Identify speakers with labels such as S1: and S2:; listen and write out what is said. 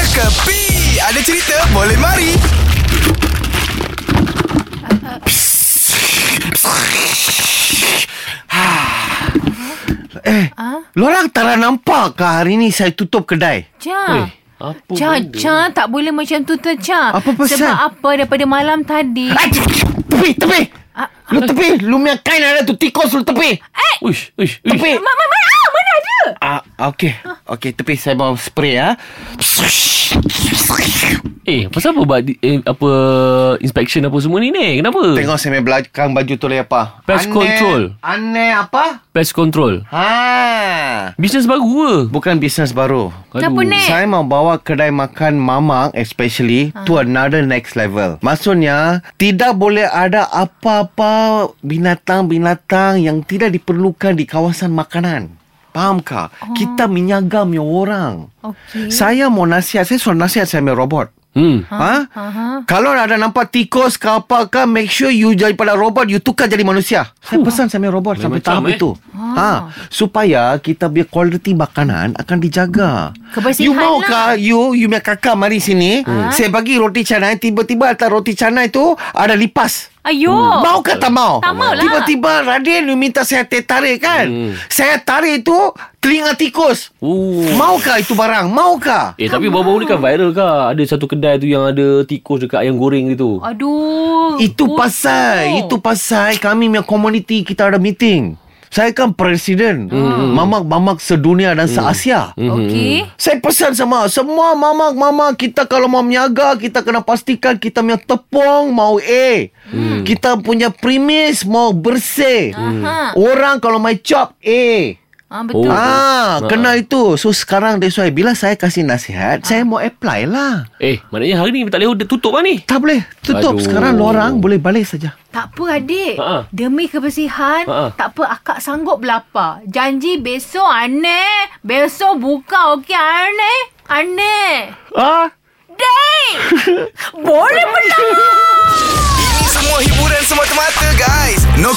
S1: Kepi Ada cerita boleh mari
S2: Eh,
S3: Ha?
S2: lorang tak nak nampak ke hari ni saya tutup kedai?
S3: Cha.
S4: apa
S3: Cha,
S4: benda?
S3: Cha tak boleh macam tu tu Cha.
S2: Apa pasal?
S3: Sebab apa daripada malam tadi.
S2: Ah, Tepi, tepi!
S3: Ah,
S2: Lu tepi, lu punya kain ada tu tikus lu tepi.
S4: Uish, uish, uish.
S2: Tepi.
S3: Mak, mak, mak, ah, mana ada?
S2: Ah, okey. Okey, tepi saya bawa spray ah.
S4: Eh, pasal apa buat di- eh, apa inspection apa semua ni ni? Kenapa?
S2: Tengok saya punya belakang baju tu lagi apa?
S4: Pest
S2: Aneh-
S4: control.
S2: Aneh apa?
S4: Pest control.
S2: Ha.
S4: Bisnes baru ke?
S2: Bukan bisnes baru.
S3: Kenapa
S4: Aduh.
S3: ni?
S2: Saya mau bawa kedai makan mamang especially to another next level. Maksudnya tidak boleh ada apa-apa binatang-binatang yang tidak diperlukan di kawasan makanan. Fahamkah? Kita menyaga punya orang.
S3: Okey.
S2: Saya mau nasihat, saya suruh nasihat saya punya robot.
S4: Hmm.
S2: Ha?
S3: Aha.
S2: Kalau ada nampak tikus ke apa ke Make sure you daripada robot You tukar jadi manusia Saya pesan sama robot Sampai
S4: macam,
S2: tahap
S4: eh.
S2: itu ha.
S3: Ah.
S2: Supaya kita punya kualiti makanan Akan dijaga
S3: Kebersihan
S2: You mau
S3: lah. Ah.
S2: ke You You punya kakak mari sini Saya bagi roti canai Tiba-tiba atas roti canai tu Ada lipas
S3: Ayo.
S2: Hmm, Mau ke tak mau?
S3: Oh. Tak mau lah.
S2: Tiba-tiba Radin you minta saya teh tarik kan?
S4: Hmm.
S2: Saya tarik tu telinga tikus.
S4: Oh.
S2: Mau ke itu barang? Mau ke?
S4: Eh, tapi baru-baru ni kan viral kah? Ada satu kedai tu yang ada tikus dekat ayam goreng gitu.
S3: Aduh. Oh.
S2: Itu
S3: Pusing
S2: pasal
S3: tu.
S2: Itu pasal Kami punya community Kita ada meeting Saya kan presiden Mamak-mamak sedunia dan se-Asia
S4: Hmm,
S3: Hmm. Okey.
S2: Saya pesan sama Semua mamak-mamak Kita kalau mau menyaga Kita kena pastikan Kita punya tepung Mau A Kita punya premis Mau bersih
S3: Aha.
S2: Orang kalau main chop A
S3: Ah, betul.
S4: Oh.
S2: Ah,
S4: Ah.
S2: kena itu. So sekarang that's why bila saya kasih nasihat, saya mau apply lah.
S4: Eh, maknanya hari ni tak boleh tutup lah ni.
S2: Tak boleh tutup
S4: Aduh.
S2: sekarang lorang boleh balik saja.
S3: Tak apa adik.
S4: Ha-ha.
S3: Demi kebersihan,
S4: Ha-ha.
S3: tak apa akak sanggup belapa. Janji besok aneh. Besok buka okey aneh. Aneh.
S2: Ah,
S3: Dek. Boleh menang.
S1: Ini semua hiburan semata-mata guys No